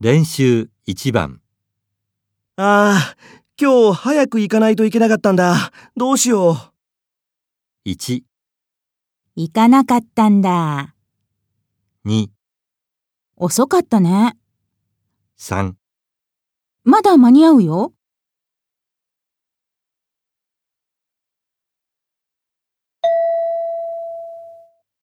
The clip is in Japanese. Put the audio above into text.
練習1番、ああ、今日早く行かないといけなかったんだ。どうしよう。 1、行かなかったんだ。 2、遅かったね。 3。まだ間に合うよ。